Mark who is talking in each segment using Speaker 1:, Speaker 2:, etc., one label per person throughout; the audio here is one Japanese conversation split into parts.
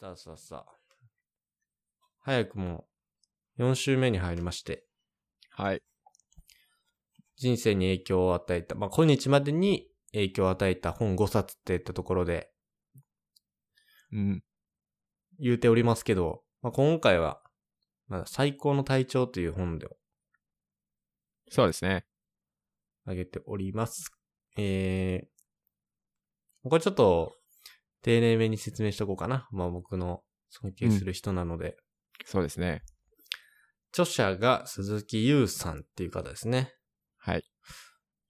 Speaker 1: さあさあさあ。早くも4週目に入りまして、
Speaker 2: はい。
Speaker 1: 人生に影響を与えた、まあ、今日までに影響を与えた本5冊って言ったところで
Speaker 2: うん。
Speaker 1: 言うておりますけど、まあ、今回は、まあ、最高の体調という本で
Speaker 2: そうですね。
Speaker 1: あげております。えー、これちょっと丁寧めに説明しとこうかな。まあ、僕の尊敬する人なので、
Speaker 2: そうですね。
Speaker 1: 著者が鈴木優さんっていう方ですね。
Speaker 2: はい。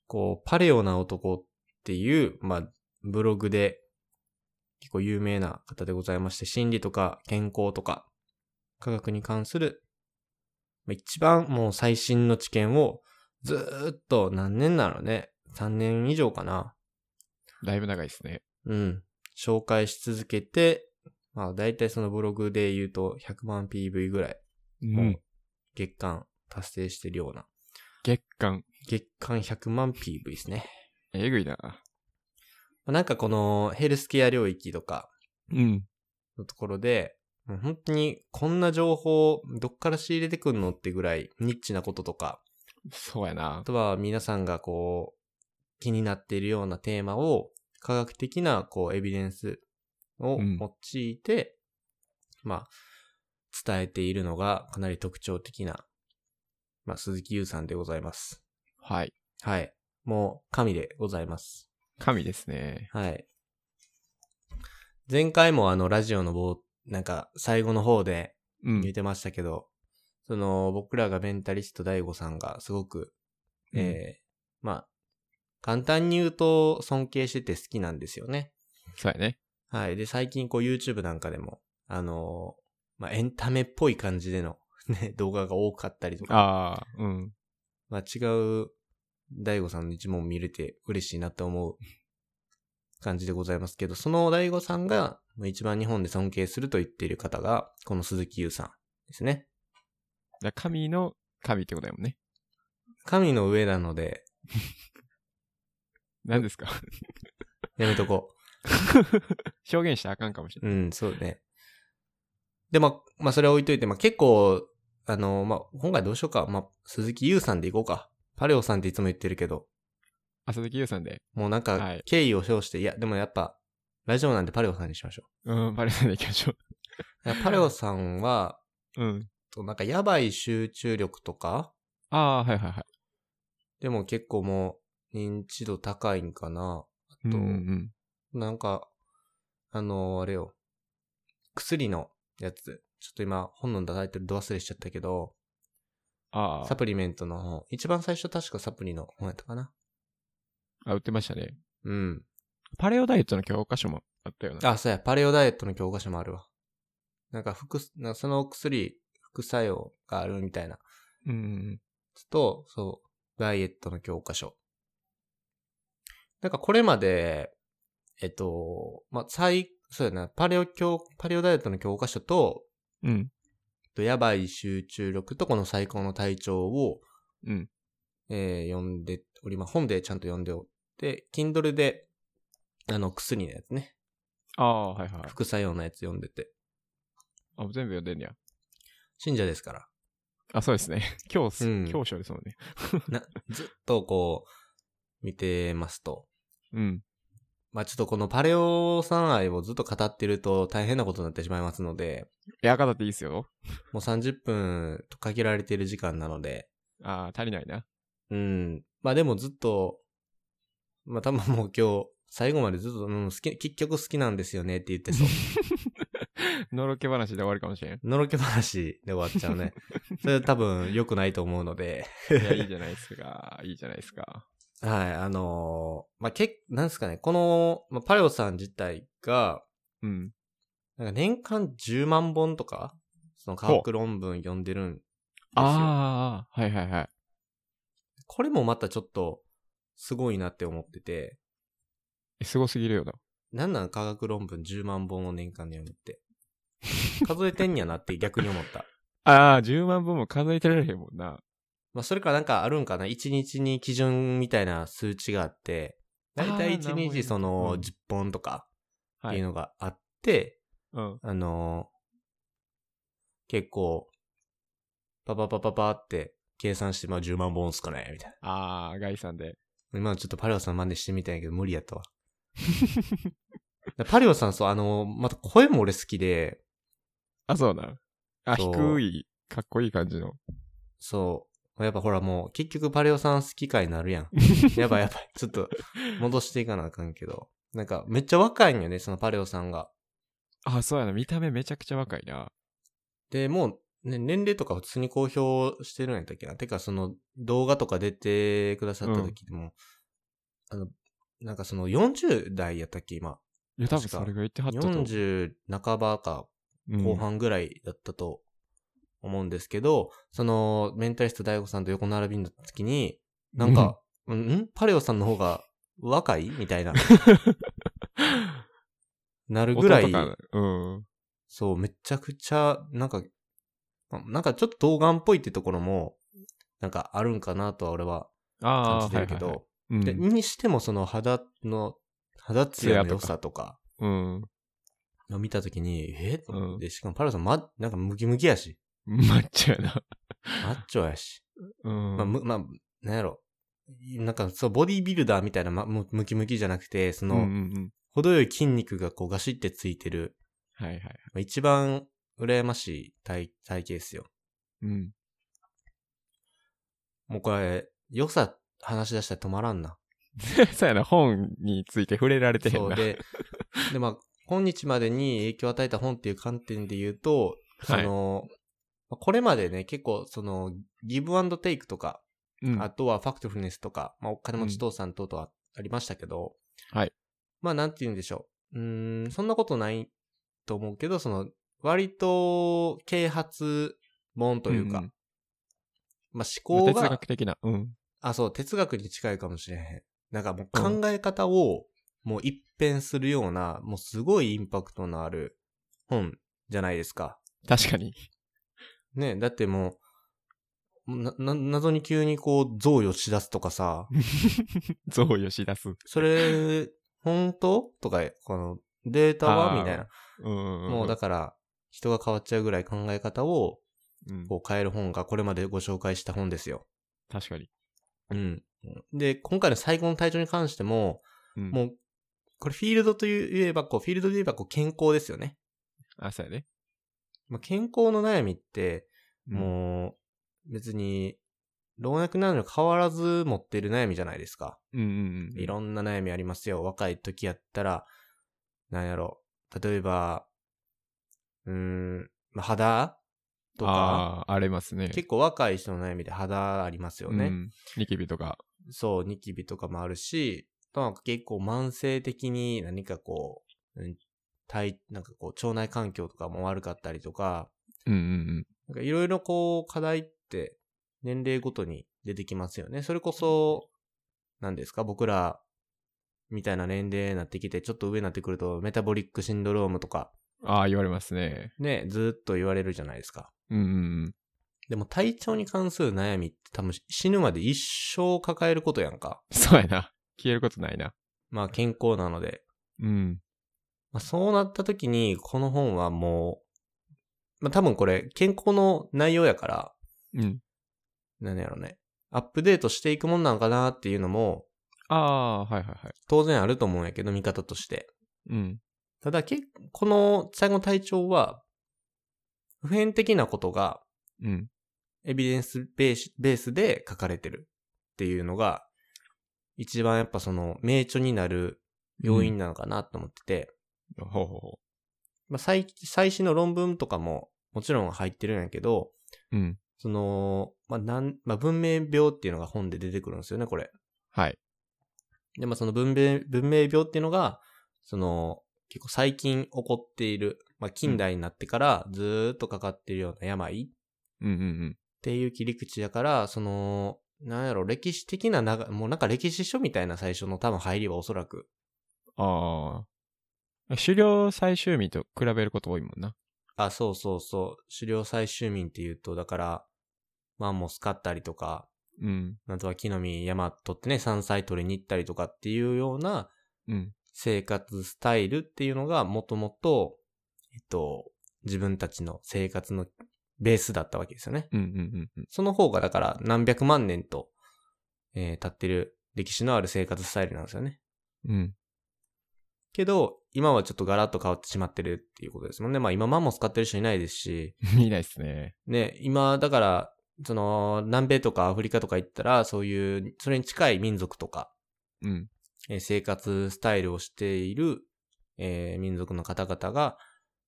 Speaker 1: こう、パレオな男っていう、まあ、ブログで結構有名な方でございまして、心理とか健康とか科学に関する、まあ一番もう最新の知見をずーっと何年なのね、3年以上かな、
Speaker 2: だいぶ長いですね。
Speaker 1: うん、紹介し続けて、まあ大体そのブログで言うと100万 PV ぐらい、
Speaker 2: う
Speaker 1: もう。月間達成してるような
Speaker 2: 月間、
Speaker 1: 月間100万 PV ですね。
Speaker 2: えぐいな。
Speaker 1: まあなんかこのヘルスケア領域とか
Speaker 2: うん。
Speaker 1: のところで、もう本当にこんな情報どっから仕入れてくんのってぐらいニッチなこととか、
Speaker 2: そうやな
Speaker 1: あ。とは皆さんがこう気になっているようなテーマを科学的なこうエビデンスを
Speaker 2: うん
Speaker 1: 用いて、まあ伝えているのがかなり特徴的な、まあ鈴木優さんでございます。
Speaker 2: はい。
Speaker 1: はい。もう神でございます。
Speaker 2: 神ですね。
Speaker 1: はい。前回もあの、ラジオの冒、なんか、最後の方で
Speaker 2: う
Speaker 1: 言っ
Speaker 2: ん。
Speaker 1: てましたけど、その、僕らがメンタリスト大悟さんがすごく、
Speaker 2: うん
Speaker 1: えーまあ、簡単に言うと、尊敬してて好きなんですよね。
Speaker 2: そうやね。
Speaker 1: はい。で、最近こう YouTube なんかでも、あのーまあ、エンタメっぽい感じでの、ね、動画が多かったりとか、
Speaker 2: ああ、うん。
Speaker 1: まあ、違う、大悟さんの一問見れて嬉しいなって 思う感じでございますけど、その大悟さんが一番日本で尊敬すると言っている方が、この鈴木優さんですね。
Speaker 2: だ神の神ってことやもんね。
Speaker 1: 神の上なので、
Speaker 2: 何ですか
Speaker 1: やめとこ
Speaker 2: 表現したらあかんかもしれ
Speaker 1: う。
Speaker 2: な
Speaker 1: う
Speaker 2: い。
Speaker 1: ん、そうね。で、まあ、まあ、それは置いといて、まあ、結構、あの、まあ、今回どうしようか。まあ、鈴木優さんでいこうか。パレオさんっていつも言ってるけど、
Speaker 2: あ、鈴木優さんで。
Speaker 1: もうなん
Speaker 2: は
Speaker 1: か
Speaker 2: い、
Speaker 1: 敬意を表して、いや、でもやっぱ、ラジオなんでパレオさんにしましょ
Speaker 2: うん、バレないでいきましょ
Speaker 1: う。だからパレオさんは、
Speaker 2: う。うん。
Speaker 1: と、なんかやばい集中力とか、
Speaker 2: ああー、はいはいはい。
Speaker 1: でも結構もう認知度高いんかな。
Speaker 2: う
Speaker 1: あ
Speaker 2: ん
Speaker 1: と、
Speaker 2: うん
Speaker 1: なんか、あのーあれよ、薬のやつ、ちょっと今本のタイトルど忘れしちゃったけど、
Speaker 2: あ
Speaker 1: サプリメントの本、一番最初確かサプリの本やったかな。
Speaker 2: あ、あ、売ってましたね。
Speaker 1: うん。
Speaker 2: パレオダイエットの教科書もあったよな。
Speaker 1: あ、そうや、パレオダイエットの教科書もあるわ。なんか副、なんかその薬、副作用があるみたいな。
Speaker 2: うんうん
Speaker 1: と、そう、ダイエットの教科書。なんかこれまで、えっと、まあ、最、そうやな、パレオ教、パレオダイエットの教科書と、
Speaker 2: うん。うん。
Speaker 1: えっとやばい集中力とこの最高の体調を、
Speaker 2: うん。
Speaker 1: えー読んでおります。本でちゃんと読んでおって、Kindle で、あの、薬のやつね、
Speaker 2: ああ、はいはい。
Speaker 1: 副作用のやつ読んでて、
Speaker 2: あ、全部読んでんねや。
Speaker 1: 信者ですから、
Speaker 2: あ、そうですね。 教師、
Speaker 1: うん
Speaker 2: 教師ですもんね。
Speaker 1: な、ずっとこう、見てますと、
Speaker 2: うん。
Speaker 1: まあちょっとこのパレオさん愛をずっと語ってると大変なことになってしまいますので、
Speaker 2: いや、方っていいっすよ。
Speaker 1: もう30分と限られている時間なので、
Speaker 2: ああ、足りないな。
Speaker 1: うん。まあでもずっと、まあ多分もう今日、最後までずっと、うん、好き、結局好きなんですよねって言ってそう。
Speaker 2: のろけ話で終わるかも しれん。
Speaker 1: のろけ話で終わっちゃうね。それ多分良くないと思うので、
Speaker 2: いや、いいじゃないですか。いいじゃないですか。
Speaker 1: はい、あのーまあけ、なんですかね、この、まあ、パレオさん自体が、
Speaker 2: うん。
Speaker 1: なんか年間10万本とか、その科学論文読んでるんですよ。
Speaker 2: ああ、はいはいはい。
Speaker 1: これもまたちょっとすごいなって思ってて、
Speaker 2: えすごすぎるよな。
Speaker 1: なんなん科学論文10万本を年間で読むって。数えてんやなって逆に思った。
Speaker 2: ああ、10万分も数えてられへんもんな。
Speaker 1: まあそれかなんかあるんかな ?1 日に基準みたいな数値があって、だいたい
Speaker 2: あーなる
Speaker 1: 1
Speaker 2: ほどね
Speaker 1: 日その
Speaker 2: うん
Speaker 1: 10本とかっ
Speaker 2: は
Speaker 1: ていう
Speaker 2: い。
Speaker 1: のがあって、
Speaker 2: うん。
Speaker 1: あのー結構、パパパパパって計算して、まあ10万本っすかねみたい
Speaker 2: あー、ガイさんで。
Speaker 1: な。今ちょっとパリオさん真似してみたんやけど無理やったわ。パリオさんそう、あのーまた声も俺好きで、
Speaker 2: あ、そうなん。あ、
Speaker 1: そう
Speaker 2: 低い、かっこいい感じの。
Speaker 1: そう、やっぱほらもう結局パリオさん好きかになるやん。やばいやばい。ちょっと戻していかなあかんけど。なんかめっちゃ若いんよね、そのパレオさんが。
Speaker 2: あ、そうやな。見た目めちゃくちゃ若いな。
Speaker 1: で、もう、ね、年齢とか普通に公表してるんやったっけな。てか、その、動画とか出てくださった時でも、あの、なんかその40代やったっけ、今。
Speaker 2: いや、多分
Speaker 1: 確か
Speaker 2: それが言ってはったと思う。
Speaker 1: 40半ばか
Speaker 2: うん
Speaker 1: 後半ぐらいだったと思うんですけど、その、メンタリスト大悟さんと横並びになった時に、なんか、うん、んパレオさんの方が若いみたい な、なるぐらい
Speaker 2: 音、とかうん。
Speaker 1: そう、めちゃくちゃ、なんか、まなんかちょっと童顔っぽいってところも、なんかあるんかなとは俺は
Speaker 2: あ
Speaker 1: 感
Speaker 2: あ、
Speaker 1: じて
Speaker 2: はい
Speaker 1: る
Speaker 2: は
Speaker 1: け
Speaker 2: いはい
Speaker 1: ど、
Speaker 2: うん
Speaker 1: でにしてもその肌の、肌ツヤの良さとか、
Speaker 2: うん。
Speaker 1: を見たときに、え、
Speaker 2: うん
Speaker 1: で、しかもパラさん、ま、なんかムキムキやし、
Speaker 2: マッチョやな。
Speaker 1: マッチョやし、
Speaker 2: うん。
Speaker 1: まあ、む、まあ、なんやろ。なんか、そう、ボディービルダーみたいな、ま、むムキムキじゃなくて、その、
Speaker 2: うんうんうん。
Speaker 1: 程よい筋肉がこうガシってついてる、
Speaker 2: はいはいはい。
Speaker 1: まあ一番羨ましい体、体型ですよ。
Speaker 2: うん。
Speaker 1: もうこれ、良さ話し出したら止まらんな。
Speaker 2: そうやな。本について触れられてへん
Speaker 1: そう
Speaker 2: な。
Speaker 1: で、で、まあ、今日までに影響を与えた本っていう観点で言うと、そ
Speaker 2: はい
Speaker 1: の、まあこれまでね、結構、その、ギブアンドテイクとか、
Speaker 2: うん
Speaker 1: あとはファクトフルネスとか、まあ、お金持ち父さん等々あありましたけど、
Speaker 2: はい。
Speaker 1: まあ、なんて言うんでしょう。うーん、そんなことないと思うけど、その、割と、啓発本というか、
Speaker 2: うんうん
Speaker 1: まあ、思考
Speaker 2: 哲
Speaker 1: が
Speaker 2: 学、的な。うん。
Speaker 1: あ、そう、哲学に近いかもしれへん。なんかもう考え方をもう一変するような、もうすごいインパクトのある本じゃないですか。
Speaker 2: 確かに。
Speaker 1: ね、だってもう、な、な、謎に急にこう、贈与し出すとかさ、
Speaker 2: 像をよし出す。
Speaker 1: それ、本当とか、この、データ
Speaker 2: あ
Speaker 1: は
Speaker 2: ー
Speaker 1: みたいな。
Speaker 2: うんんん。
Speaker 1: もうだ
Speaker 2: か
Speaker 1: から、人が変わっちゃうぐらい考え方を
Speaker 2: ら、うん、
Speaker 1: こう変える本がこれまでご紹介した本ですよ。
Speaker 2: 確かに。
Speaker 1: うん。で、今回の最後の体調に関しても、
Speaker 2: うん
Speaker 1: もう、これフィールドと言えば、こう、フィールドで言えば、こう、健康ですよね。
Speaker 2: あ、そうやね。
Speaker 1: まあ、健康の悩みって、
Speaker 2: うん、
Speaker 1: もう、別に、老若男女変わらず持ってる悩みじゃないですか。
Speaker 2: うんうんうん。
Speaker 1: いろんな悩みありますよ。若い時やったら、なんやろ。例えば、うーん、まあ、肌とか、
Speaker 2: ああ、ありますね。
Speaker 1: 結構若い人の悩みで肌ありますよね。
Speaker 2: うん。ニキビとか。
Speaker 1: そう、ニキビとかもあるし、なんか結構慢性的に何かこう、うん体、なんかこう、腸内環境とかも悪かったりとか、
Speaker 2: うんうん
Speaker 1: なんかいろいろこう、課題って年齢ごとに出てきますよね。それこそ、何ですか、僕ら、みたいな年齢になってきて、ちょっと上になってくると、メタボリックシンドロームとか、
Speaker 2: うん。ああ、言われますね。
Speaker 1: ね、ずーっと言われるじゃないですか。
Speaker 2: うんうん
Speaker 1: でも体調に関する悩みって多分死ぬまで一生抱えることやんか。
Speaker 2: うん。そうやな。消えることないな。
Speaker 1: まあ健康なので。
Speaker 2: うん。
Speaker 1: まあ、そうなった時に、この本はもう、まあ、多分これ、健康の内容やから、
Speaker 2: うん。
Speaker 1: なんやろね、アップデートしていくもんなんかなっていうのも、
Speaker 2: ああー、はいはいはい。
Speaker 1: 当然あると思うんやけど、見方として。
Speaker 2: うん。
Speaker 1: ただ、けこの最後の体調は、普遍的なことが、
Speaker 2: うん。
Speaker 1: エビデンスベースベースで書かれてるっていうのが、一番やっぱその、名著になる要因なのかなと思ってて、
Speaker 2: ほうほうほ
Speaker 1: まあ、最最新の論文とかも、もちろん入ってるんやけど、
Speaker 2: う。うん。
Speaker 1: その、まあ、なん、まあ、文明病っていうのが本で出てくるんですよね、これ。
Speaker 2: はい。
Speaker 1: で、まあ、その文明、文明病っていうのが、その、結構最近起こっている、まあ、近代になってからずーっとかかってるような病っ
Speaker 2: うんうんうん。
Speaker 1: ていう切り口だから、その、なんやろ、歴史的ななが、もうなんか歴史書みたいな最初の多分入りはおそらく。
Speaker 2: ああ。狩猟採集民と比べること多いもんな。
Speaker 1: あ、そうそうそう、狩猟採集民っていうと、だから、マンモス飼ったりとか、
Speaker 2: うん。
Speaker 1: なんとか木の実山取ってね、山菜取りに行ったりとかっていうような、
Speaker 2: うん。
Speaker 1: 生活スタイルっていうのがもともと、えっと、自分たちの生活のベースだったわけですよね。
Speaker 2: うんうんうん
Speaker 1: その方がだから何百万年と、えー経ってる歴史のある生活スタイルなんですよね。
Speaker 2: うん。うん。
Speaker 1: けど、今はちょっとガラッと変わってしまってるっていうことですもんね。まあ今マンモス買ってる人いないですし、
Speaker 2: 見ないっすね。
Speaker 1: ね、今だから、その南米とかアフリカとか行ったら、そういう、それに近い民族とか、
Speaker 2: うん。
Speaker 1: えー生活スタイルをしている、えー民族の方々が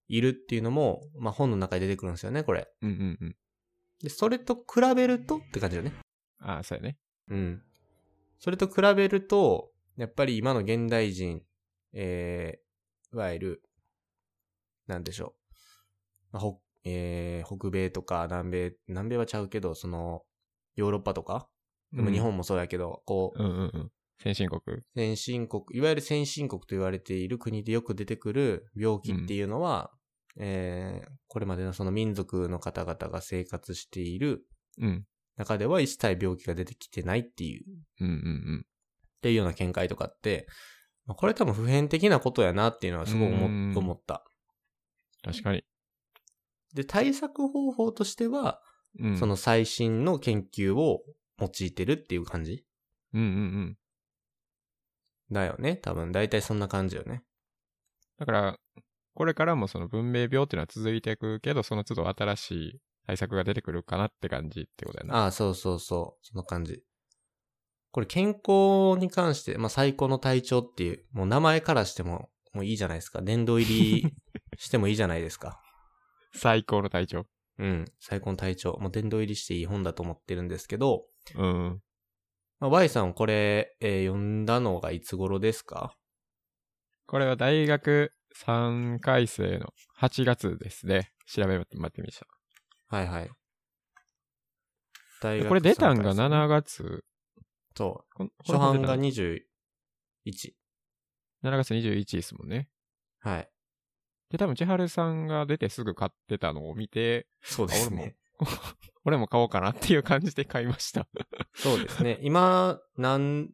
Speaker 1: いるっていうのも、まあ本の中に出てくるんですよね、これ。
Speaker 2: うんうんうん。
Speaker 1: で、それと比べるとって感じだよね。
Speaker 2: ああ、そうやね。
Speaker 1: うん。それと比べると、やっぱり今の現代人、えー、いわゆる、なんでしょう。まあ、ほえー、北米とか南米、南米はちゃうけど、その、ヨーロッパとか、でも日本もそうやけど、こう
Speaker 2: う、んうんうん。先進国。
Speaker 1: 先進国、いわゆる先進国と言われている国でよく出てくる病気っていうのは、えー、これまでのその民族の方々が生活している
Speaker 2: うん。
Speaker 1: 中では一切病気が出てきてないっていう
Speaker 2: うんうん
Speaker 1: っていうような見解とかって、まあこれ多分普遍的なことやなっていうのはすごい思
Speaker 2: う
Speaker 1: っ
Speaker 2: ん
Speaker 1: 思った。
Speaker 2: うん。確かに。
Speaker 1: で、対策方法としては、
Speaker 2: うん。
Speaker 1: その、最新の研究を用いてるっていう感じ
Speaker 2: うんうんうん。
Speaker 1: だよね。多分大体そんな感じよね。
Speaker 2: だから、これからもその文明病っていうのは続いていくけど、その都度新しい対策が出てくるかなって感じってことやな。
Speaker 1: ああ、そうそうそう。その感じ。これ健康に関して、まあ最高の体調っていう、もう名前からしても、もういいじゃないですか。殿堂入 りしてもいいじゃないですか。
Speaker 2: 最高の体調。
Speaker 1: うん。最高の体調。もう殿堂入りしていい本だと思ってるんですけど、
Speaker 2: うん。
Speaker 1: まあ、Y さんこれ、えー読んだのがいつ頃ですか
Speaker 2: これは大学3回生の8月ですね。調べて待ってみました。
Speaker 1: はいはい。大
Speaker 2: でこれ出たんが
Speaker 1: 参加ですね
Speaker 2: 7月。
Speaker 1: そ
Speaker 2: こん
Speaker 1: う。初版が
Speaker 2: これ出
Speaker 1: 21。
Speaker 2: たの7月21日ですもんね。
Speaker 1: はい。
Speaker 2: で、多分千春さんが出てすぐ買ってたのを見て、
Speaker 1: そうです ね。
Speaker 2: 俺も買おうかなっていう感じで買い ました。
Speaker 1: そうです ね。今、何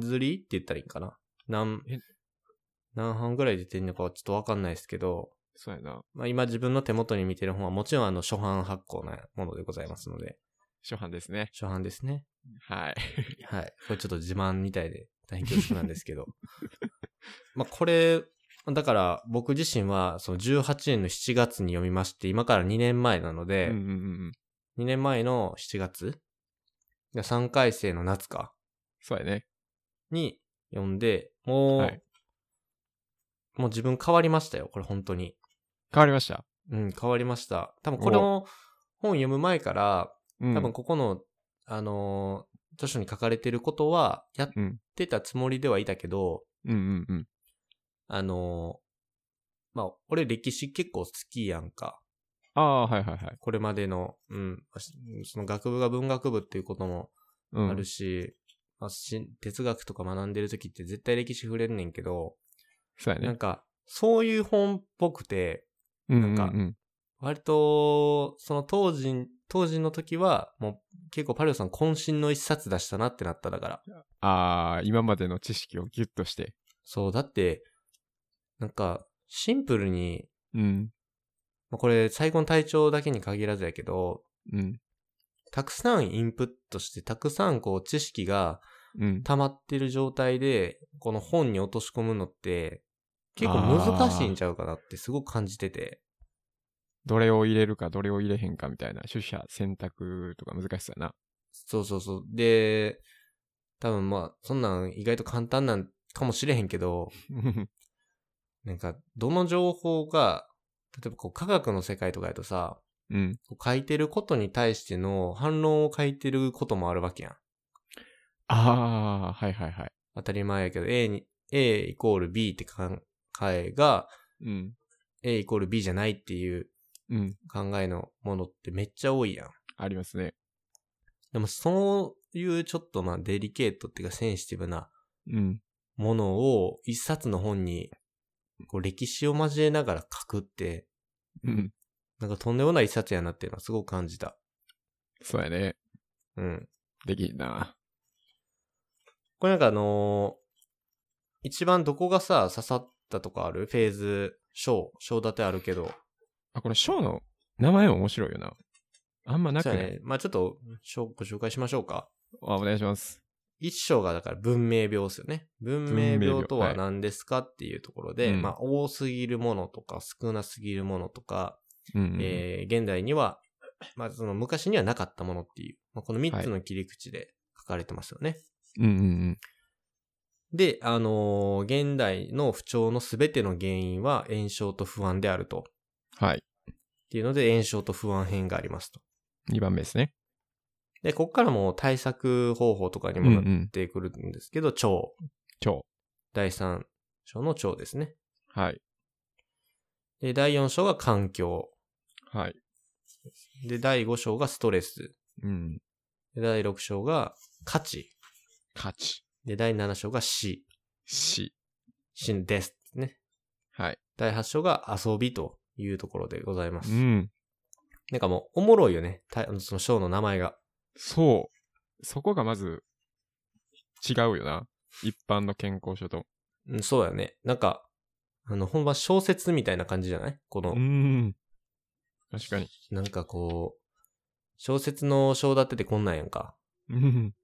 Speaker 1: 釣りって言ったらいいんかな何
Speaker 2: え、
Speaker 1: 何版ぐらい出てんのかはちょっとわかんないですけど、
Speaker 2: そうやな。
Speaker 1: まあ今自分の手元に見てる本はもちろんあの初版発行なものでございますので、
Speaker 2: 初版ですね。
Speaker 1: 初版ですね。
Speaker 2: はい。
Speaker 1: はい。これちょっと自慢みたいで大変恐縮なんですけ ど。まあこれ、だから僕自身はその18年の7月に読みまして、今から2年前なの
Speaker 2: うん
Speaker 1: で、
Speaker 2: うんうんうん。
Speaker 1: 2年前の7月 ?3 回生の夏か
Speaker 2: そうやね。
Speaker 1: に読んで、もう、
Speaker 2: はい
Speaker 1: もう自分変わりましたよ。これ本当に。
Speaker 2: 変わりました。
Speaker 1: うん、変わりました。多分この本読む前から、
Speaker 2: うん
Speaker 1: 多分ここの、あのー著書に書かれてることはやっ
Speaker 2: うん
Speaker 1: てたつもりではいたけど、
Speaker 2: うんうんうん。
Speaker 1: あのーまあ、俺歴史結構好きやんか。
Speaker 2: ああ、はいはいはい。
Speaker 1: これまでの、うん、しその学部が文学部っていうことも
Speaker 2: うん、
Speaker 1: あるし、まあし哲学とか学んでる時って絶対歴史触れんねんけど、
Speaker 2: そうや
Speaker 1: な
Speaker 2: ね
Speaker 1: ん。か、そういう本っぽくて、
Speaker 2: うん
Speaker 1: なんか
Speaker 2: うんうん
Speaker 1: 割と、その当時、当時の時は、もう結構パリオさん渾身の一冊出したなってなっただから。
Speaker 2: ああ、今までの知識をギュッとして。
Speaker 1: そう、だって、なんか、シンプルに、
Speaker 2: うん。
Speaker 1: まあこれ、最後の体調だけに限らずやけど、
Speaker 2: うん。
Speaker 1: たくさんインプットして、たくさんこう知識が
Speaker 2: うん。
Speaker 1: 溜まってる状態で、この本に落とし込むのって、結構難しいんちゃうかなってすごく感じてて。
Speaker 2: どれを入れるか、どれを入れへんかみたいな、取捨選択とか難しそうやな。
Speaker 1: そうそうそう。で、多分まあ、そんなん意外と簡単なんかもしれへんけど、なんか、どの情報が、例えばこう科学の世界とかやとさ、
Speaker 2: うん。
Speaker 1: こう書いてることに対しての反論を書いてることもあるわけやん。
Speaker 2: ああ、はいはいはい。
Speaker 1: 当たり前やけど、A に、A イコール B って考えが、
Speaker 2: うん。
Speaker 1: A イコール B じゃないっていう
Speaker 2: うん。
Speaker 1: 考えのものってめっちゃ多いやん。
Speaker 2: ありますね。
Speaker 1: でもそういうちょっとまあデリケートっていうかセンシティブな
Speaker 2: うん。
Speaker 1: ものを一冊の本にこう歴史を交えながら書くって、
Speaker 2: うん。
Speaker 1: なんかとんでもない一冊やなっていうのはすごく感じた。
Speaker 2: そうやね。
Speaker 1: うん。
Speaker 2: できんな。
Speaker 1: これなんかあのー一番どこがさ、刺さったとかあるフェーズ、章、章立てあるけど、
Speaker 2: あ、このショーの名前も面白いよな。あんまなく
Speaker 1: そう
Speaker 2: ない、
Speaker 1: やね。まあちょっと、章ご紹介しましょうか。
Speaker 2: あお願いします。
Speaker 1: 一章がだから文明病ですよね。文明
Speaker 2: 文明
Speaker 1: 病
Speaker 2: 病
Speaker 1: とは何ですかっていうところで、
Speaker 2: はいうん
Speaker 1: まあ多すぎるものとか少なすぎるものとか、
Speaker 2: うんうん、
Speaker 1: えー現代には、まあその昔にはなかったものっていう、まあ、この3つの切り口で書かれてますよね。
Speaker 2: うんうんうん。
Speaker 1: で、あのー現代の不調のすべての原因は炎症と不安であると。
Speaker 2: はい。
Speaker 1: っていうので、炎症と不安編がありますと。
Speaker 2: 2番目ですね。
Speaker 1: で、ここからもう対策方法とかに
Speaker 2: うんう
Speaker 1: もなっ
Speaker 2: ん。
Speaker 1: てくるんですけど、腸、
Speaker 2: 腸。
Speaker 1: 第3章の腸ですね。
Speaker 2: はい。
Speaker 1: で、第4章が環境。
Speaker 2: はい。
Speaker 1: で、第5章がストレス。
Speaker 2: うん。
Speaker 1: で、第6章が価値。
Speaker 2: 価値。
Speaker 1: で、第7章が死。
Speaker 2: 死。
Speaker 1: 死んです。ね。
Speaker 2: はい。
Speaker 1: 第8章が遊びというところでございます。
Speaker 2: うん。
Speaker 1: なんかもう、おもろいよね。たあのその章の名前が。
Speaker 2: そう。そこがまず、違うよな。一般の健康書と。
Speaker 1: うん、そうだね。なんか、あの、ほんま小説みたいな感じじゃないこの、
Speaker 2: ん。確かに。
Speaker 1: なんかこう、小説の章立ててこんなんやんか。
Speaker 2: うん。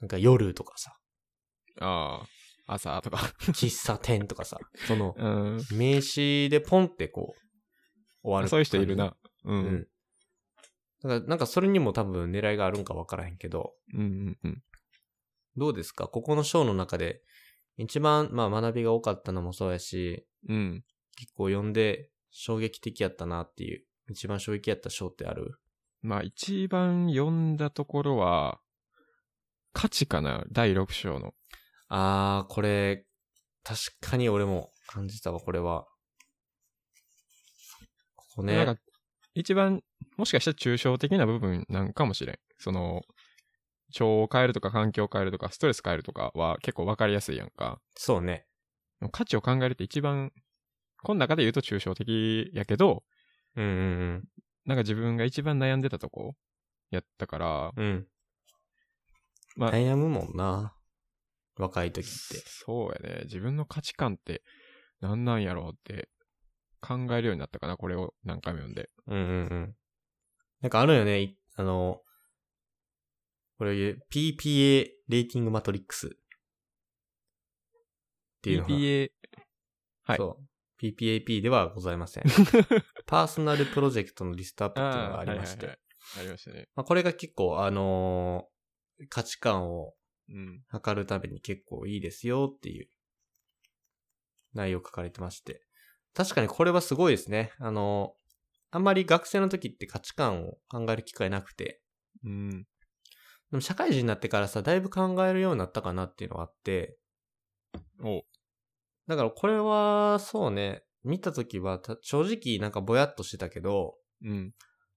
Speaker 1: なんか夜とか さ、
Speaker 2: ああ。朝とか。
Speaker 1: 喫茶店とかさ、その、
Speaker 2: うん。
Speaker 1: 名詞でポンってこう、終わる。
Speaker 2: そういう人いる。な。う。
Speaker 1: うんん。だから、なんかそれにも多分狙いがあるんかわからへんけど、
Speaker 2: うんうんうん。
Speaker 1: どうですかここの章の中で、一番、まあ学びが多かったのもそうやし、
Speaker 2: うん。
Speaker 1: 結構読んで衝撃的やったなっていう、一番衝撃やった章ってある
Speaker 2: まあ、一番読んだところは、価値かな第6章の。
Speaker 1: あー、これ、確かに俺も感じたわ、これは。ここね。
Speaker 2: なんか、一番、もしかしたら抽象的な部分なんかもしれん。その、腸を変えるとか環境を変えるとかストレス変えるとかは結構わかりやすいやんか。
Speaker 1: そうね。
Speaker 2: でも価値を考えるって一番、この中で言うと抽象的やけど、
Speaker 1: うんうん
Speaker 2: なんか自分が一番悩んでたとこやったから、
Speaker 1: うん。うん。
Speaker 2: まあ
Speaker 1: 悩むもんな。若い時って。
Speaker 2: そうやね。自分の価値観って何なんやろうって考えるようになったかな、これを何回も読んで。
Speaker 1: うんうんうん。なんかあるよね、いあの、これ PPA レーティングマトリックス。 っていうのが。
Speaker 2: PPA、はい
Speaker 1: そう。PPAP ではございません。パーソナルプロジェクトのリストアップっていうのがありまして。
Speaker 2: あーはいはいはいありましたね。
Speaker 1: まあ、これが結構、あのー価値観を
Speaker 2: うん。
Speaker 1: 測るために結構いいですよっていう内容書かれてまして。確かにこれはすごいですね。あのーあんまり学生の時って価値観を考える機会なくて、
Speaker 2: うん。
Speaker 1: でも社会人になってからさ、だいぶ考えるようになったかなっていうのはあって、
Speaker 2: お
Speaker 1: だからこれは、そうね、見た時はた正直なんかぼやっとしてたけど、
Speaker 2: うん。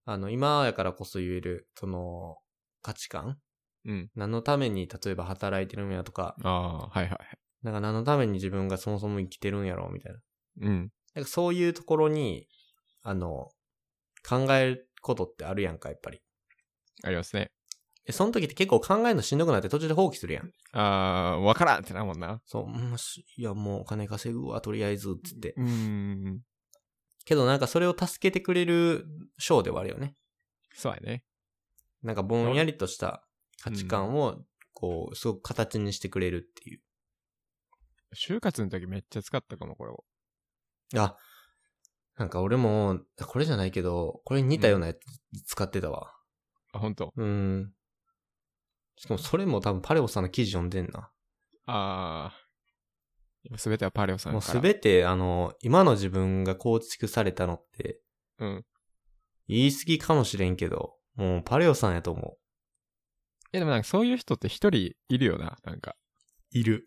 Speaker 1: あの、今やからこそ言える、その、価値観
Speaker 2: うん。
Speaker 1: 何のために例えば働いてるんやとか、
Speaker 2: ああ、はいはいはい。
Speaker 1: なんか何のために自分がそもそも生きてるんやろうみたいな。
Speaker 2: うん。
Speaker 1: なんかそういうところに、あの、考えることってあるやんか、やっぱり。
Speaker 2: ありますね。
Speaker 1: え、その時って結構考えるのしんどくなって途中で放棄するやん。
Speaker 2: ああ、わからんってなもんな。
Speaker 1: そう、うんしいやもうお金稼ぐわ、とりあえず、つって。
Speaker 2: うーん。
Speaker 1: けどなんかそれを助けてくれるショーではあるよね。
Speaker 2: そうやね。
Speaker 1: なんかぼんやりとした価値観を、こう、すごく形にしてくれるっていう。
Speaker 2: 就活の時めっちゃ使ったかも、これを。
Speaker 1: あ、なんか俺も、これじゃないけど、これに似たようなやつ使ってたわ。
Speaker 2: あ、ほんと。
Speaker 1: うん。しかもそれも多分パレオさんの記事読んでんな。
Speaker 2: ああ。すべてはパレオさんから。
Speaker 1: もうすべて、あの、今の自分が構築されたのって、
Speaker 2: うん。
Speaker 1: 言い過ぎかもしれんけど、もうパレオさんやと思
Speaker 2: いやでもなんかそういう人って一人いるよな。なんか、
Speaker 1: う。いる。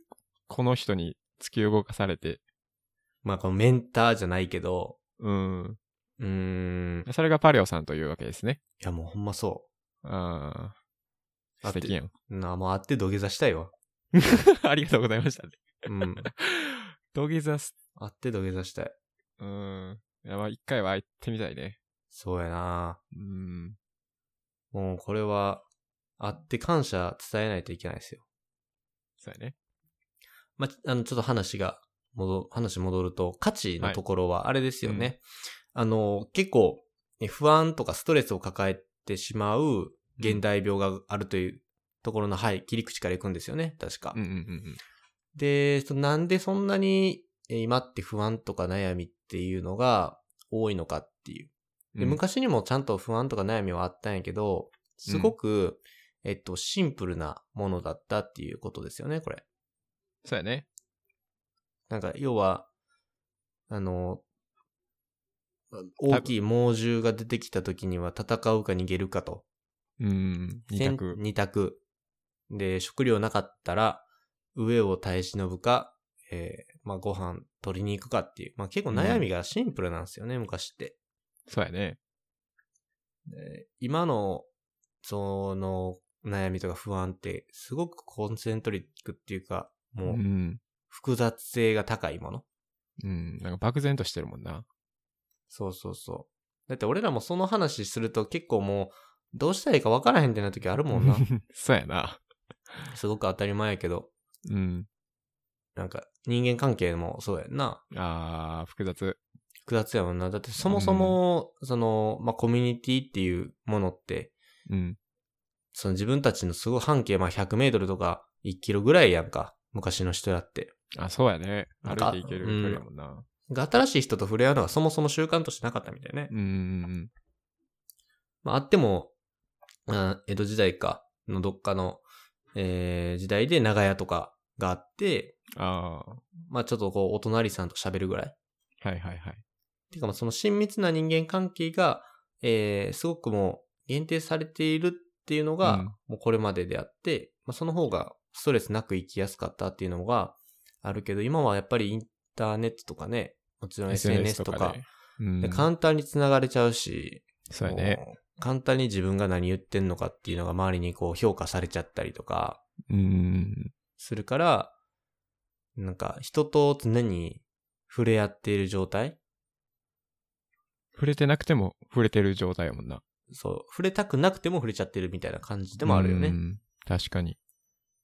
Speaker 2: この人に突き動かされて。
Speaker 1: まあ、このメンターじゃないけど、
Speaker 2: うん。
Speaker 1: うーん。
Speaker 2: それがパレオさんというわけですね。
Speaker 1: いや、もうほんまそ
Speaker 2: ああ。
Speaker 1: あっ
Speaker 2: 素
Speaker 1: て
Speaker 2: 敵やん。
Speaker 1: う。なあ、もう会って土下座したいわ。
Speaker 2: ありがとうございましたね。
Speaker 1: うん。
Speaker 2: 土下座す。
Speaker 1: 会って土下座したい。
Speaker 2: うん。いや、まあ一回は行ってみたいね。
Speaker 1: そうやな
Speaker 2: うん。
Speaker 1: もうこれは、会って感謝伝えないといけないですよ。
Speaker 2: そうやね。
Speaker 1: まあ、あの、ちょっと話が戻、話戻ると、価値のところはあれですよね。
Speaker 2: うん
Speaker 1: あの、結構、ね不安とかストレスを抱えてしまう現代病があるというところの、はい、切り口からいくんですよね、確か。
Speaker 2: うんうんうん
Speaker 1: で、そのなんでそんなにえー今って不安とか悩みっていうのが多いのかっていう。
Speaker 2: うん。
Speaker 1: で、昔にもちゃんと不安とか悩みはあったんやけど、すごく、えっと、シンプルなものだったっていうことですよね、これ。
Speaker 2: そうやね。
Speaker 1: なんか、要は、あの、大きい猛獣が出てきた時には戦うか逃げるかと。
Speaker 2: うん。二択
Speaker 1: 選。二択。で、食料なかったら、上を耐え忍ぶか、えーまあ、ご飯取りに行くかっていう。まあ、結構悩みがシンプルなんですよね、昔って。
Speaker 2: そうやね。
Speaker 1: で今の、その、悩みとか不安って、すごくコンセントリックっていうか、
Speaker 2: う
Speaker 1: もう、
Speaker 2: ん。
Speaker 1: 複雑性が高いもの。
Speaker 2: うん。なんか漠然としてるもんな。
Speaker 1: そうそうそう。だって俺らもその話すると結構もう、どうしたらいいか分からへんってな時あるも んな。
Speaker 2: そうやな。
Speaker 1: すごく当たり前やけど。
Speaker 2: うん。
Speaker 1: なんか、人間関係もそうやんな。
Speaker 2: あー、複雑。
Speaker 1: 複雑やもんな。だってそもそも、その、まあ、コミュニティっていうものって、
Speaker 2: うん。
Speaker 1: その自分たちのすごい半径、まあ、100メートルとか1キロぐらいやんか。昔の人やって。
Speaker 2: あ、そうやね。
Speaker 1: な
Speaker 2: 歩
Speaker 1: んか
Speaker 2: いていける距離やもんな。
Speaker 1: が新しい人と触れ合うのがそもそも習慣としてなかったみたいね。
Speaker 2: うん。うん
Speaker 1: まあ、あっても、うん江戸時代か、のどっかの、えー時代で長屋とかがあって、
Speaker 2: あ
Speaker 1: まあ、ちょっとこう、お隣さんと喋るぐらい。
Speaker 2: ー、はいはいはい。
Speaker 1: てか、まあ、その親密な人間関係が、えーすごくもう、限定されているっていうのが、
Speaker 2: うん
Speaker 1: もうこれまでであって、まあ、その方がストレスなく生きやすかったっていうのがあるけど、今はやっぱりインターネットとかね、もちろん SNS とか
Speaker 2: ね、。うん
Speaker 1: で。簡単に繋がれちゃうし、
Speaker 2: そうやね。
Speaker 1: こう簡単に自分が何言ってんのかっていうのが周りにこう評価されちゃったりとか
Speaker 2: うん。
Speaker 1: するから、なんか人と常に触れ合っている状態
Speaker 2: 触れてなくても触れてる状態やもんな。
Speaker 1: そう、触れたくなくても触れちゃってるみたいな感じでもあるよ
Speaker 2: う
Speaker 1: ね。
Speaker 2: ん。確かに。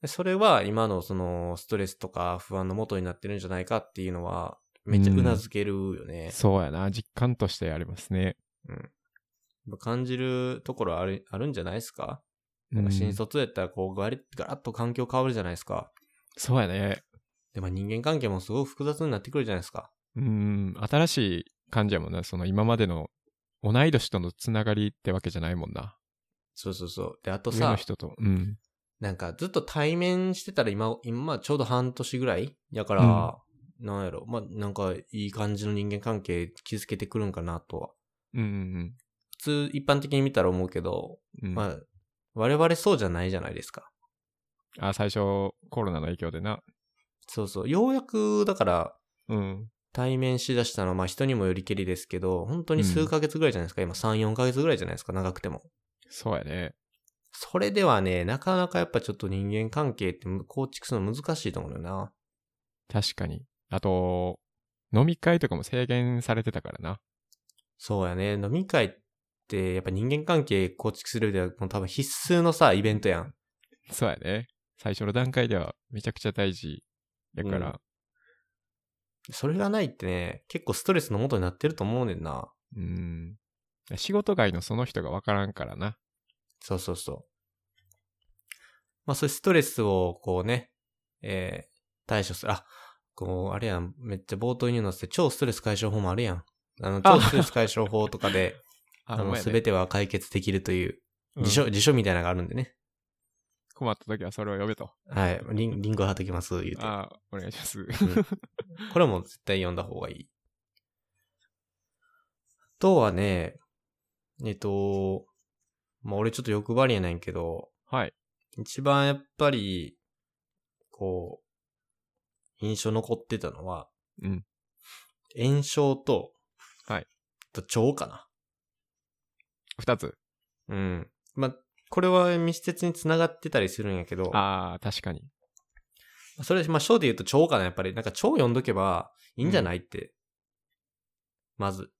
Speaker 1: でそれは今のそのストレスとか不安の元になってるんじゃないかっていうのは、めっちゃうなずけるよね。
Speaker 2: そうやな。実感としてありますね。
Speaker 1: 感じるところあるあるんじゃないですか
Speaker 2: う
Speaker 1: なんか新
Speaker 2: ん
Speaker 1: 卒やったらこうガリッガラッと環境変わるじゃないですか。
Speaker 2: そうやね。
Speaker 1: で、まあ人間関係もすごく複雑になってくるじゃないですか。
Speaker 2: うん。新しい感じやもんな。その今までの同い年とのつながりってわけじゃないもんな。
Speaker 1: そうそうそう。で、あと
Speaker 2: 上の
Speaker 1: さ、
Speaker 2: 人と。うん。
Speaker 1: なんかずっと対面してたら今、今まあちょうど半年ぐらいやから、なんやろ、まあなんかいい感じの人間関係築けてくるんかなとは。
Speaker 2: うんうん
Speaker 1: 普通一般的に見たら思うけど、
Speaker 2: うん。うん、
Speaker 1: まあ我々そうじゃないじゃないですか。
Speaker 2: あ、最初コロナの影響でな。
Speaker 1: そうそう。ようやくだから
Speaker 2: うん。
Speaker 1: 対面しだしたのはまあ人にもよりけりですけど、本当に数ヶ月ぐらいじゃないですか。今3、4ヶ月ぐらいじゃないですか。長くても。
Speaker 2: そうやね。
Speaker 1: それではね、なかなかやっぱちょっと人間関係って構築するの難しいと思うよな。
Speaker 2: 確かに。あと、飲み会とかも制限されてたからな。
Speaker 1: そうやね。飲み会って、やっぱ人間関係構築する上では、もう多分必須のさ、イベントやん。
Speaker 2: そうやね。最初の段階ではめちゃくちゃ大事やから。
Speaker 1: それがないってね、結構ストレスの元になってると思うねんな。
Speaker 2: うん。仕事外のその人がわからんからな。
Speaker 1: そうそうそう。まあそういうストレスをこうね、えー、対処する。あ、こう、あれやん、めっちゃ冒頭に言うのって、超ストレス解消法もあるやん。あの、超ストレス解消法とかで、
Speaker 2: あ
Speaker 1: あの、すべ
Speaker 2: て、
Speaker 1: ては解決できるという、
Speaker 2: うん
Speaker 1: 辞書、辞書みたいなのがあるんでね。
Speaker 2: 困った時はそれを呼べと。
Speaker 1: はい。リンリンゴ貼っときます、言うて。
Speaker 2: ああ、お願いします。
Speaker 1: これはもう絶対読んだ方がいい。あとはね、えっと、まあ、俺ちょっと欲張りやねんけど、
Speaker 2: はい。
Speaker 1: 一番やっぱり、こう、印象残ってたのは、
Speaker 2: うん。
Speaker 1: 炎症と、
Speaker 2: はい。
Speaker 1: と腸か
Speaker 2: 二つ。
Speaker 1: な。うん。まあ、これは密接に繋がってたりするんやけど、
Speaker 2: ああ、確かに。
Speaker 1: それ、まあ、章で言うと腸かな、やっぱり。なんか腸読んどけばいいんじゃないって。まず。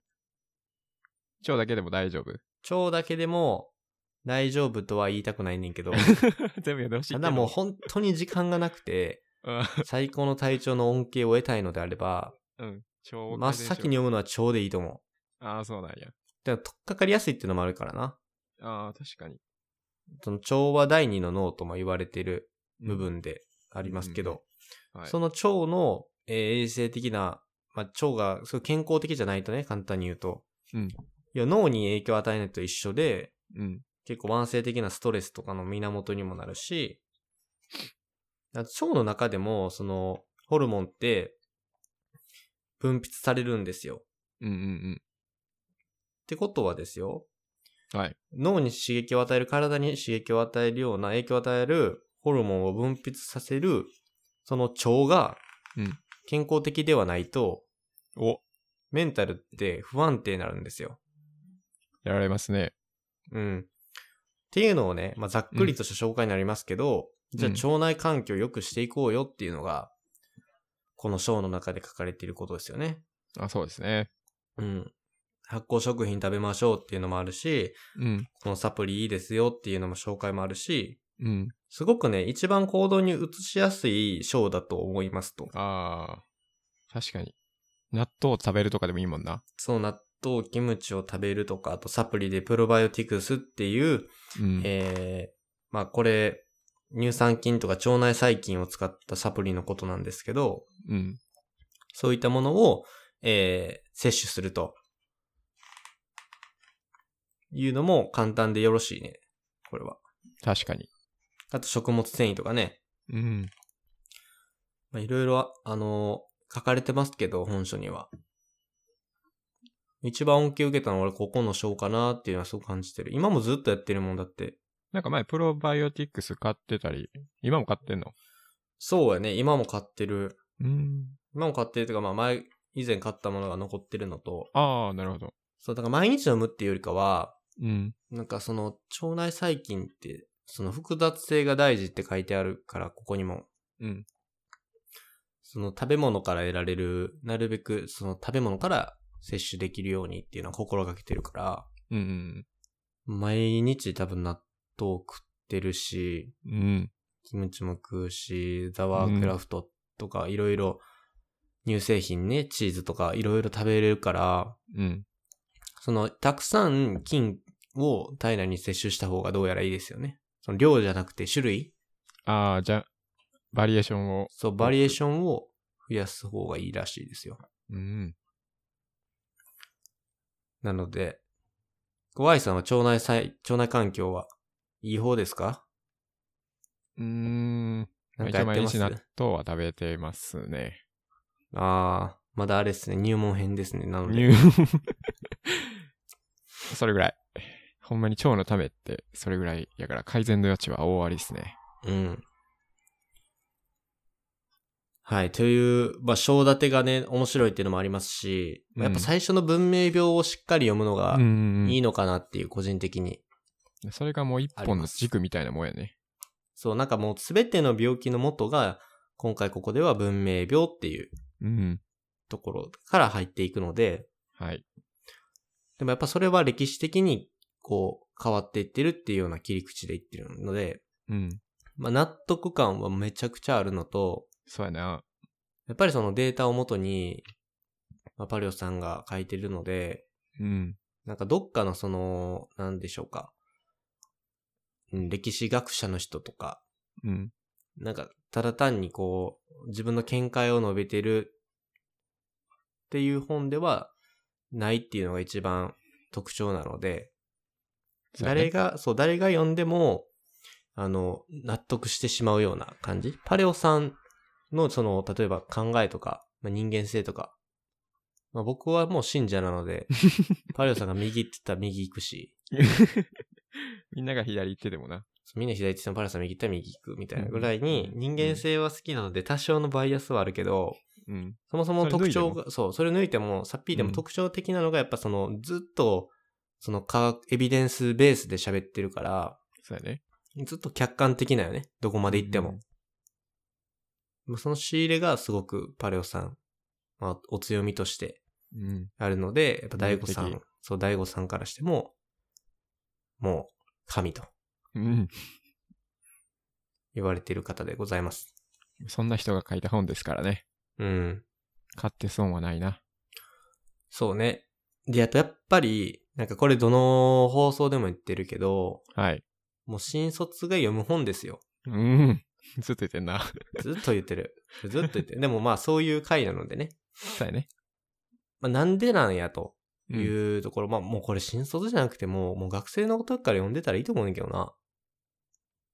Speaker 2: 腸だけでも大丈夫。
Speaker 1: 腸だけでも 大丈夫とは言いたくないねんけど、
Speaker 2: 全部読んでほしいけ
Speaker 1: た
Speaker 2: ど。
Speaker 1: だもう本当に時間がなくて、最高の体調の恩恵を得たいのであれば、
Speaker 2: うん。超
Speaker 1: 真っ先に。読むのは腸でいいと思う。
Speaker 2: ああ、そうなんや。
Speaker 1: でも、とっかかりやすいっていうのもあるからな。
Speaker 2: ああ、確かに。
Speaker 1: その腸は第二の脳とも言われてる部分でありますけど、
Speaker 2: はい。
Speaker 1: その腸の、えー衛生的な、まあ、腸がすごい健康的じゃないとね、簡単に言うと。
Speaker 2: うん
Speaker 1: いや脳に影響を与えないと一緒で、
Speaker 2: うん。
Speaker 1: 結構慢性的なストレスとかの源にもなるし、あと腸の中でも、その、ホルモンって、分泌されるんですよ。
Speaker 2: うんうん
Speaker 1: ってことはですよ、
Speaker 2: うん。はい。
Speaker 1: 脳に刺激を与える、体に刺激を与えるような影響を与えるホルモンを分泌させる、その腸が
Speaker 2: うん、
Speaker 1: 健康的ではないと、
Speaker 2: お、
Speaker 1: メンタルって不安定になるんですよ。
Speaker 2: やられますね。
Speaker 1: うん。っていうのをね、まあ、ざっくりとした紹介になりますけど、
Speaker 2: うん
Speaker 1: じゃあ
Speaker 2: うん
Speaker 1: 腸内環境を良くしていこうよっていうのが、この章の中で書かれていることですよね。
Speaker 2: あ、そうですね。
Speaker 1: うん。発酵食品食べましょうっていうのもあるし、
Speaker 2: うん。
Speaker 1: このサプリいいですよっていうのも紹介もあるし、
Speaker 2: うん。
Speaker 1: すごくね、一番行動に移しやすい章だと思いますと。
Speaker 2: ああ、確かに。納豆を食べるとかでもいいもんな。
Speaker 1: その納豆、キムチを食べるとか、あとサプリでプロバイオティクスっていう、
Speaker 2: うん。
Speaker 1: えー、まあこれ、乳酸菌とか腸内細菌を使ったサプリのことなんですけど、
Speaker 2: うん。
Speaker 1: そういったものを、えー、摂取すると。いうのも簡単でよろしいね。これは。
Speaker 2: 確かに。
Speaker 1: あと食物繊維とかね。
Speaker 2: うん。
Speaker 1: まあ、いろいろあ、あのー書かれてますけど、本書には。一番恩恵を受けたのは俺ここの章かなっていうのはそう感じてる。今もずっとやってるもんだって。
Speaker 2: なんか前、プロバイオティックス買ってたり、今も買ってんの
Speaker 1: そうやね。今も買ってる。
Speaker 2: うん。
Speaker 1: 今も買ってるというか、まあ前、以前買ったものが残ってるのと、
Speaker 2: ああ、なるほど。
Speaker 1: そう、だから毎日飲むっていうよりかは、
Speaker 2: うん。
Speaker 1: なんかその、腸内細菌って、その複雑性が大事って書いてあるから、ここにも。
Speaker 2: うん。
Speaker 1: その食べ物から得られる、なるべくその食べ物から摂取できるようにっていうのは心がけてるから、
Speaker 2: うん。
Speaker 1: 毎日多分納豆を食ってるし、
Speaker 2: うん。
Speaker 1: キムチも食うし、ザワークラフトとかいろいろ、乳製品ね、チーズとかいろいろ食べれるから、
Speaker 2: うん。
Speaker 1: その、たくさん菌を体内に摂取した方がどうやらいいですよね。その量じゃなくて種類
Speaker 2: ああ、じゃあ、バリエーションを。
Speaker 1: そう、バリエーションを増やす方がいいらしいですよ。
Speaker 2: うん。
Speaker 1: なので、Y さんは腸内細、腸内環境はいい方ですか
Speaker 2: うーん。ま
Speaker 1: なんかやって
Speaker 2: あ一応毎
Speaker 1: ます
Speaker 2: 日納豆は食べてますね。
Speaker 1: あー、まだあれですね、入門編ですね。なので、
Speaker 2: 入 それぐらい。ほんまに腸のためって、それぐらいやから改善の余地は大ありですね。
Speaker 1: うん。はい。という、まあ、章立てがね、面白いっていうのもありますし、
Speaker 2: うん
Speaker 1: やっぱ最初の文明病をしっかり読むのが
Speaker 2: うん
Speaker 1: いいのかなっていう、個人的に。
Speaker 2: それがもう一本の軸みたいなもんやね。
Speaker 1: そう、なんかもうすべての病気の元が、今回ここでは文明病っていう
Speaker 2: うん。
Speaker 1: ところから入っていくので、
Speaker 2: はい。
Speaker 1: でもやっぱそれは歴史的にこう変わっていってるっていうような切り口で言ってるので、
Speaker 2: うん。
Speaker 1: まあ納得感はめちゃくちゃあるのと、
Speaker 2: そうやな。
Speaker 1: やっぱりそのデータを元に、まあ、パリオさんが書いてるので、
Speaker 2: うん。
Speaker 1: なんかどっかのその、なんでしょうか。うん歴史学者の人とか、
Speaker 2: うん。
Speaker 1: なんか、ただ単にこう、自分の見解を述べてるっていう本ではないっていうのが一番特徴なので、
Speaker 2: そうやね
Speaker 1: 誰が、そう、誰が読んでも、あの、納得してしまうような感じ。パレオさんの、その、例えば考えとか、まあ、人間性とか、まあ、僕はもう信者なの で、パレオさんが右って言ったら右行くし、
Speaker 2: みんなが左行っててもな。
Speaker 1: みんな左手のパレオさん右行ったら右行くみたいなぐらいに、人間性は好きなので多少のバイアスはあるけど、
Speaker 2: うん。
Speaker 1: そもそも特徴が、そう、それ抜いても、さっぴーでも
Speaker 2: うん
Speaker 1: 特徴的なのが、やっぱその、ずっと、その科学、エビデンスベースで喋ってるから、
Speaker 2: そうやね。
Speaker 1: ずっと客観的なよね。どこまで行って
Speaker 2: う
Speaker 1: も
Speaker 2: ん。
Speaker 1: まあその仕入れがすごくパレオさん、まあ、お強みとして
Speaker 2: うん。
Speaker 1: あるので、やっぱ大悟さ
Speaker 2: 魅力
Speaker 1: ん、そう、大悟さんからしても、もう、神と
Speaker 2: うん。
Speaker 1: 言われている方でございます。
Speaker 2: そんな人が書いた本ですからね。
Speaker 1: うん。
Speaker 2: 買って損はないな。
Speaker 1: そうね。で、あとやっぱり、なんかこれどの放送でも言ってるけど、
Speaker 2: はい。
Speaker 1: もう新卒が読む本ですよ。
Speaker 2: うん。ずっと言ってんな。
Speaker 1: ずっと言ってる。ずっと言ってる。でもまあそういう回なのでね。
Speaker 2: そうやね。
Speaker 1: まあなんでなんやと
Speaker 2: うん
Speaker 1: いうところ、まあもうこれ新卒じゃなくても、もう学生の時から読んでたらいいと思うんだけどな。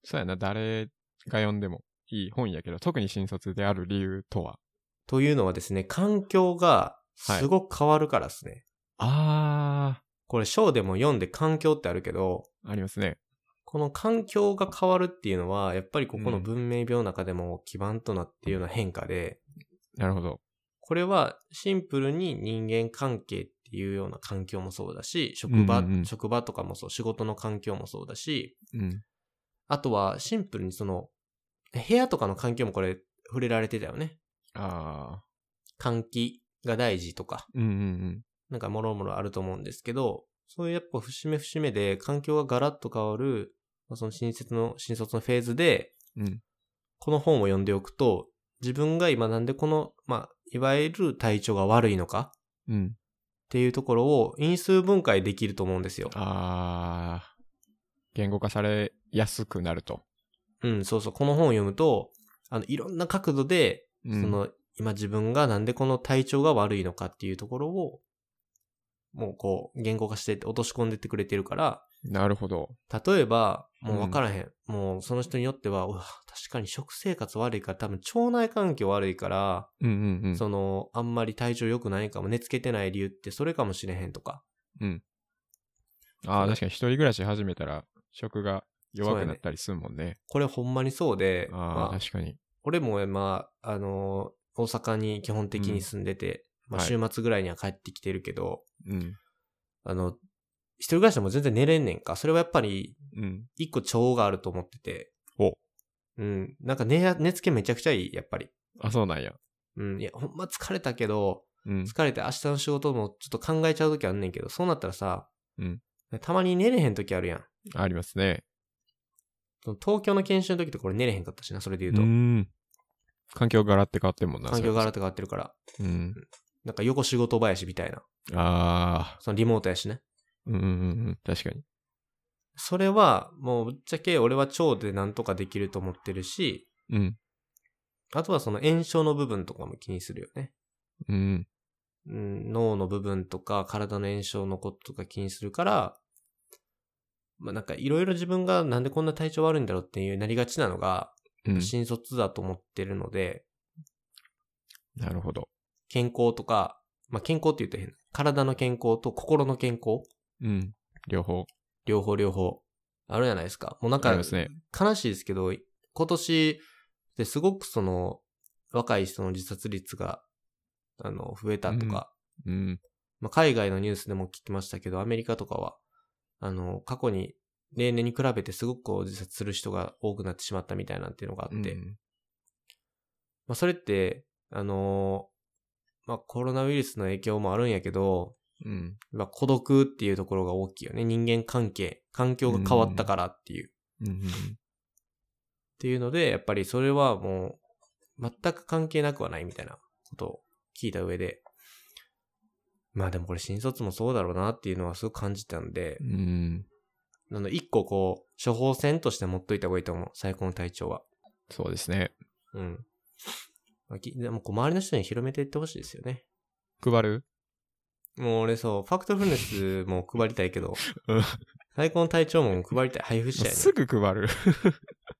Speaker 2: そうやな。誰が読んでもいい本やけど、特に新卒である理由とは。
Speaker 1: というのはですね、環境がすごく変わるからですね。
Speaker 2: あ
Speaker 1: これ章でも読んで環境ってあるけど、
Speaker 2: ー、ありますね。
Speaker 1: この環境が変わるっていうのは、やっぱりここ
Speaker 2: う
Speaker 1: の
Speaker 2: ん
Speaker 1: 文明病の中でも基盤となっているような変化で、
Speaker 2: なるほど。
Speaker 1: これはシンプルに人間関係っていうような環境もそうだし、職場、
Speaker 2: うんうんうん
Speaker 1: 職場とかもそう、仕事の環境もそうだし、
Speaker 2: うん。
Speaker 1: あとはシンプルにその、部屋とかの環境もこれ触れられてたよね。
Speaker 2: あ
Speaker 1: 換気が大事とか、
Speaker 2: ー。うんうん
Speaker 1: なんか諸々あると思うんですけど、そういうやっぱ節目節目で環境がガラッと変わる、まあその新卒の、新卒のフェーズで、
Speaker 2: うん。うん。
Speaker 1: この本を読んでおくと、自分が今なんでこの、まあ、いわゆる体調が悪いのか、
Speaker 2: うん。
Speaker 1: っていうところを因数分解できると思うんですよ。
Speaker 2: あー。言語化されやすくなると。
Speaker 1: うん、そうそう。この本を読むと、あの、いろんな角度で、
Speaker 2: うん
Speaker 1: その、今自分がなんでこの体調が悪いのかっていうところを、もうこう、言語化してって落とし込んでってくれてるから、
Speaker 2: なるほど。
Speaker 1: 例えば、もうわ
Speaker 2: うん
Speaker 1: からへん。もうその人によっては、うわ、確かに食生活悪いから、多分腸内環境悪いから、
Speaker 2: うんうんうん。
Speaker 1: その、あんまり体調良くないかも、寝つけてない理由ってそれかもしれへんとか。
Speaker 2: あ
Speaker 1: そう
Speaker 2: あ、確かに一人暮らし始めたら、食が弱くなったりするもんね。
Speaker 1: これほんまにそうで、
Speaker 2: あ
Speaker 1: ま
Speaker 2: あ、
Speaker 1: あ
Speaker 2: 確かに。
Speaker 1: 俺も、まあ、あのー大阪に基本的に住んでて、
Speaker 2: うん
Speaker 1: まあ、
Speaker 2: はい
Speaker 1: 週末ぐらいには帰ってきてるけど、
Speaker 2: うん。
Speaker 1: あの、一人暮らしでも全然寝れんねんか。それはやっぱり、
Speaker 2: うん。
Speaker 1: 一個腸があると思ってて。
Speaker 2: お
Speaker 1: うん。なんか寝や、寝つけめちゃくちゃいい、やっぱり。
Speaker 2: あ、そうなんや。
Speaker 1: うん。いや、ほんま疲れたけど、
Speaker 2: うん。
Speaker 1: 疲れて明日の仕事もちょっと考えちゃう時あんねんけど、そうなったらさ、
Speaker 2: うん
Speaker 1: たまに寝れへん時あるやん。
Speaker 2: ありますね。
Speaker 1: その東京の研修の時ってこれ寝れへんかったしな、それで
Speaker 2: う
Speaker 1: 言うと。
Speaker 2: ん。環境柄って変わってんもんな。
Speaker 1: 環境がガラッ
Speaker 2: そ
Speaker 1: と変わってるから。
Speaker 2: れこそうん。
Speaker 1: なんか横仕事林みたいな。
Speaker 2: ああ。
Speaker 1: そのリモートやしね。
Speaker 2: うんうんうんうん。確かに。
Speaker 1: それは、もうぶっちゃけ俺は腸でなんとかできると思ってるし、
Speaker 2: うん。
Speaker 1: あとはその炎症の部分とかも気にするよね。
Speaker 2: うん。
Speaker 1: うん、脳の部分とか体の炎症のこととか気にするから、まあなんかいろいろ自分がなんでこんな体調悪いんだろうっていうなりがちなのが、
Speaker 2: うん。
Speaker 1: 新卒だと思ってるので、
Speaker 2: なるほど。
Speaker 1: 健康とか、まあ健康って言うと変な。体の健康と心の健康、
Speaker 2: うん。両方。
Speaker 1: 両方両方、あるじゃないですか。もうなん
Speaker 2: あ
Speaker 1: か
Speaker 2: りま、すね。
Speaker 1: 悲しいですけど、今年ですごくその、若い人の自殺率が、あの、増えたとか、
Speaker 2: うん。
Speaker 1: まあ、海外のニュースでも聞きましたけど、アメリカとかは、あの、過去に、例年に比べてすごくこう自殺する人が多くなってしまったみたいなんていうのがあって、
Speaker 2: うん
Speaker 1: まあ、それって、あのーまあ、コロナウイルスの影響もあるんやけど、
Speaker 2: うん。
Speaker 1: まあ、孤独っていうところが大きいよね。人間関係、環境が変わったからっていう。
Speaker 2: うんうん
Speaker 1: っていうので、やっぱりそれはもう、全く関係なくはないみたいなことを聞いた上で、まあでもこれ新卒もそうだろうなっていうのはすごく感じたんで
Speaker 2: う、ん。うん。
Speaker 1: なので一個こう、処方箋として持っといた方がいいと思う。最高の体調は。
Speaker 2: そうですね。
Speaker 1: うん。まあきでもこう周りの人に広めていってほしいですよね。
Speaker 2: 配る
Speaker 1: もう俺そう、ファクトフルネスも配りたいけど
Speaker 2: うん、
Speaker 1: 最高の体調も配りたい。配布したい
Speaker 2: すぐ配る。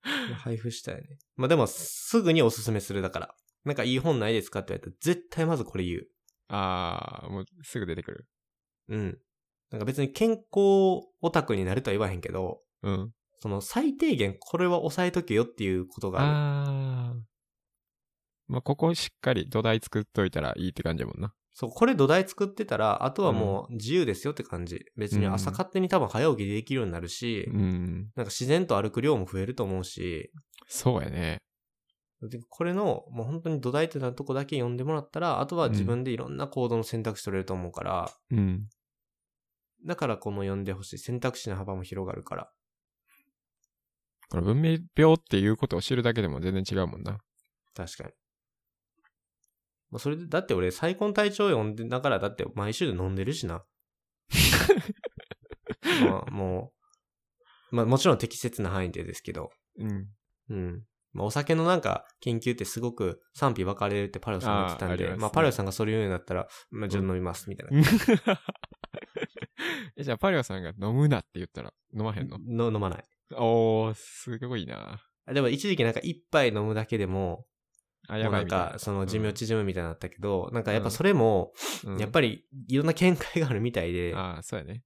Speaker 1: ね。配布したいね。まあでも、すぐにおすすめするだから。なんかいい本ないですかって言われたら、絶対まずこれ言う。
Speaker 2: ああ、もうすぐ出てくる。
Speaker 1: うん。なんか別に健康オタクになるとは言わへんけど、
Speaker 2: うん。
Speaker 1: その最低限これは抑えとけよっていうことがある。
Speaker 2: ああ。まあ、ここしっかり土台作っといたらいいって感じやもんな。
Speaker 1: そう、これ土台作ってたら、あとはもう自由ですよって感じ。別に朝
Speaker 2: うん
Speaker 1: 勝手に多分早起きできるようになるし、
Speaker 2: うん。
Speaker 1: なんか自然と歩く量も増えると思うし、
Speaker 2: そうやね。
Speaker 1: でこれのもう本当に土台ってなとこだけ読んでもらったら、あとは自分でいろんな行動の選択肢取れると思うから、
Speaker 2: うん。
Speaker 1: だからこの読んでほしい。選択肢の幅も広がるから。
Speaker 2: この文明病っていうことを知るだけでも全然違うもんな。
Speaker 1: 確かに。まあ、それで、だって俺、再婚隊長読んで、だからだって毎週飲んでるしな。まあ、もう、まあもちろん適切な範囲でですけど、
Speaker 2: うん。
Speaker 1: うん。まあお酒のなんか研究ってすごく賛否分かれるってパルオさんが言ってたん
Speaker 2: あーあり
Speaker 1: で、
Speaker 2: ますね
Speaker 1: まあパルオさんがそれ言うんだったら、まあじゃあ飲みます、みたいな。
Speaker 2: え、じゃあ、パリオさんが飲むなって言ったら飲まへんの
Speaker 1: の飲まない。
Speaker 2: おー、すごいな。
Speaker 1: あでも一時期なんか一杯飲むだけでも、
Speaker 2: あ、
Speaker 1: も
Speaker 2: や
Speaker 1: う
Speaker 2: ば
Speaker 1: ないん
Speaker 2: みたいな。
Speaker 1: かその寿
Speaker 2: う
Speaker 1: 命
Speaker 2: ん
Speaker 1: 縮むみたいになったけど、なんかやっぱそれも、
Speaker 2: うん
Speaker 1: やっぱりいろんな見解があるみたいで、
Speaker 2: ああ、そうやね。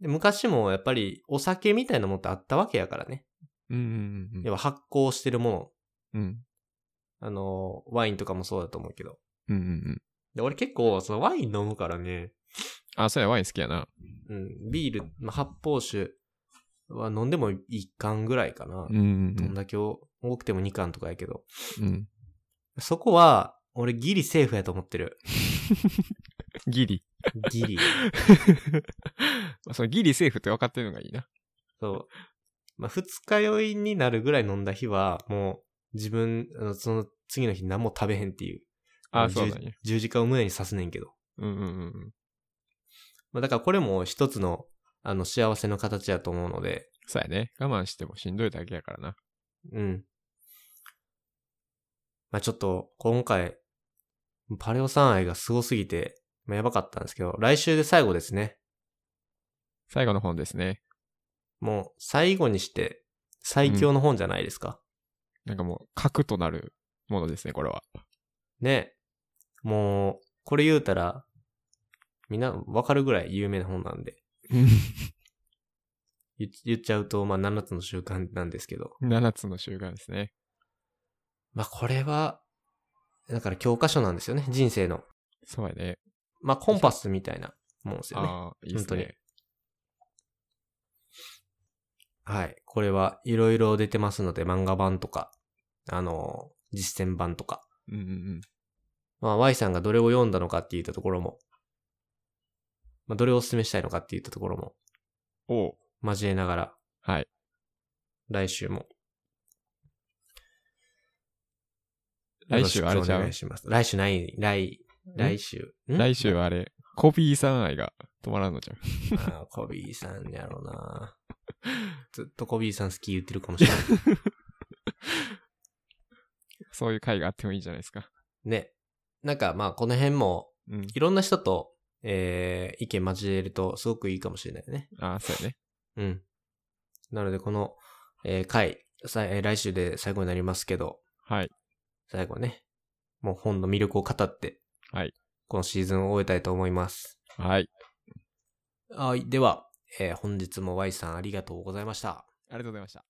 Speaker 1: で昔もやっぱりお酒みたいなもんってあったわけやからね。
Speaker 2: うんうんうん
Speaker 1: やっぱ発酵してるもの。
Speaker 2: うん。うん。
Speaker 1: あの、ワインとかもそうだと思うけど。
Speaker 2: うんうんうん。
Speaker 1: で、俺結構そのワイン飲むからね、
Speaker 2: あ、そうや、ワイン好きやな。
Speaker 1: うん、ビール、まあ、発泡酒は飲んでも1缶ぐらいかな。
Speaker 2: うんうん
Speaker 1: どんだけ多くても2缶とかやけど。
Speaker 2: うん。うん。
Speaker 1: そこは、俺ギリセーフやと思ってる。
Speaker 2: ギリ。
Speaker 1: ギリ。
Speaker 2: まあそのギリセーフって分かってるのがいいな。
Speaker 1: そう。まあ、二日酔いになるぐらい飲んだ日は、もう、自分、あのその次の日何も食べへんっていう。
Speaker 2: あ
Speaker 1: の
Speaker 2: あ、そう
Speaker 1: 十
Speaker 2: なんや。
Speaker 1: 十字架を胸に刺すねんけど。
Speaker 2: うんうんうんうん。
Speaker 1: まあ、だからこれも一つの、あの、幸せの形やと思うので、
Speaker 2: そうやね。我慢してもしんどいだけやからな。
Speaker 1: うん。まあ、ちょっと、今回、パレオさん愛がすごすぎて、まあ、やばかったんですけど、来週で最後ですね。
Speaker 2: 最後の本ですね。
Speaker 1: もう、最後にして、最強の本じゃないですか。
Speaker 2: なんかもう、核となるものですね、こ れは。
Speaker 1: ね。もう、これ言うたら、みんなわかるぐらい有名な本なんで、言っ言っちゃうと、まあ、7つの習慣なんですけど、
Speaker 2: 7つの習慣ですね。
Speaker 1: まあ、これは、だから教科書なんですよね、人生の。
Speaker 2: そうやね。
Speaker 1: まあ、コンパスみたいなもんですよね。
Speaker 2: ああ、いいです
Speaker 1: 本当に
Speaker 2: ね。
Speaker 1: はい。これはいろいろ出てますので、漫画版とか、あの、実践版とか。
Speaker 2: うんうんうん。
Speaker 1: まあ、Y さんがどれを読んだのかって言ったところも、まあ、どれをお勧めしたいのかって言ったところも、
Speaker 2: おう。
Speaker 1: 交えながら、
Speaker 2: はい。
Speaker 1: 来週も。
Speaker 2: 来週あれちゃ
Speaker 1: よろしくお願
Speaker 2: う
Speaker 1: い。します。来週ない、来、来週。ん
Speaker 2: 来週はあれ、コピーさん愛が止まらん のじゃん。
Speaker 1: あーコビーさんやろうな。ずっとコビーさん好き言ってるかもし れない。
Speaker 2: そういう回があってもいいんじゃないですか。
Speaker 1: ね。なんかまあこの辺も、
Speaker 2: うん。
Speaker 1: いろんな人と、えー、意見交えるとすごくいいかもしれないね。
Speaker 2: ああ、そうやね。
Speaker 1: うん。なのでこの、えー回、さいえー来週で最後になりますけど、
Speaker 2: はい。
Speaker 1: 最後ね、もう本の魅力を語って、
Speaker 2: はい。
Speaker 1: このシーズンを終えたいと思います。
Speaker 2: はい。
Speaker 1: はい。では、えー本日も Y さんありがとうございました。
Speaker 2: ありがとうございました。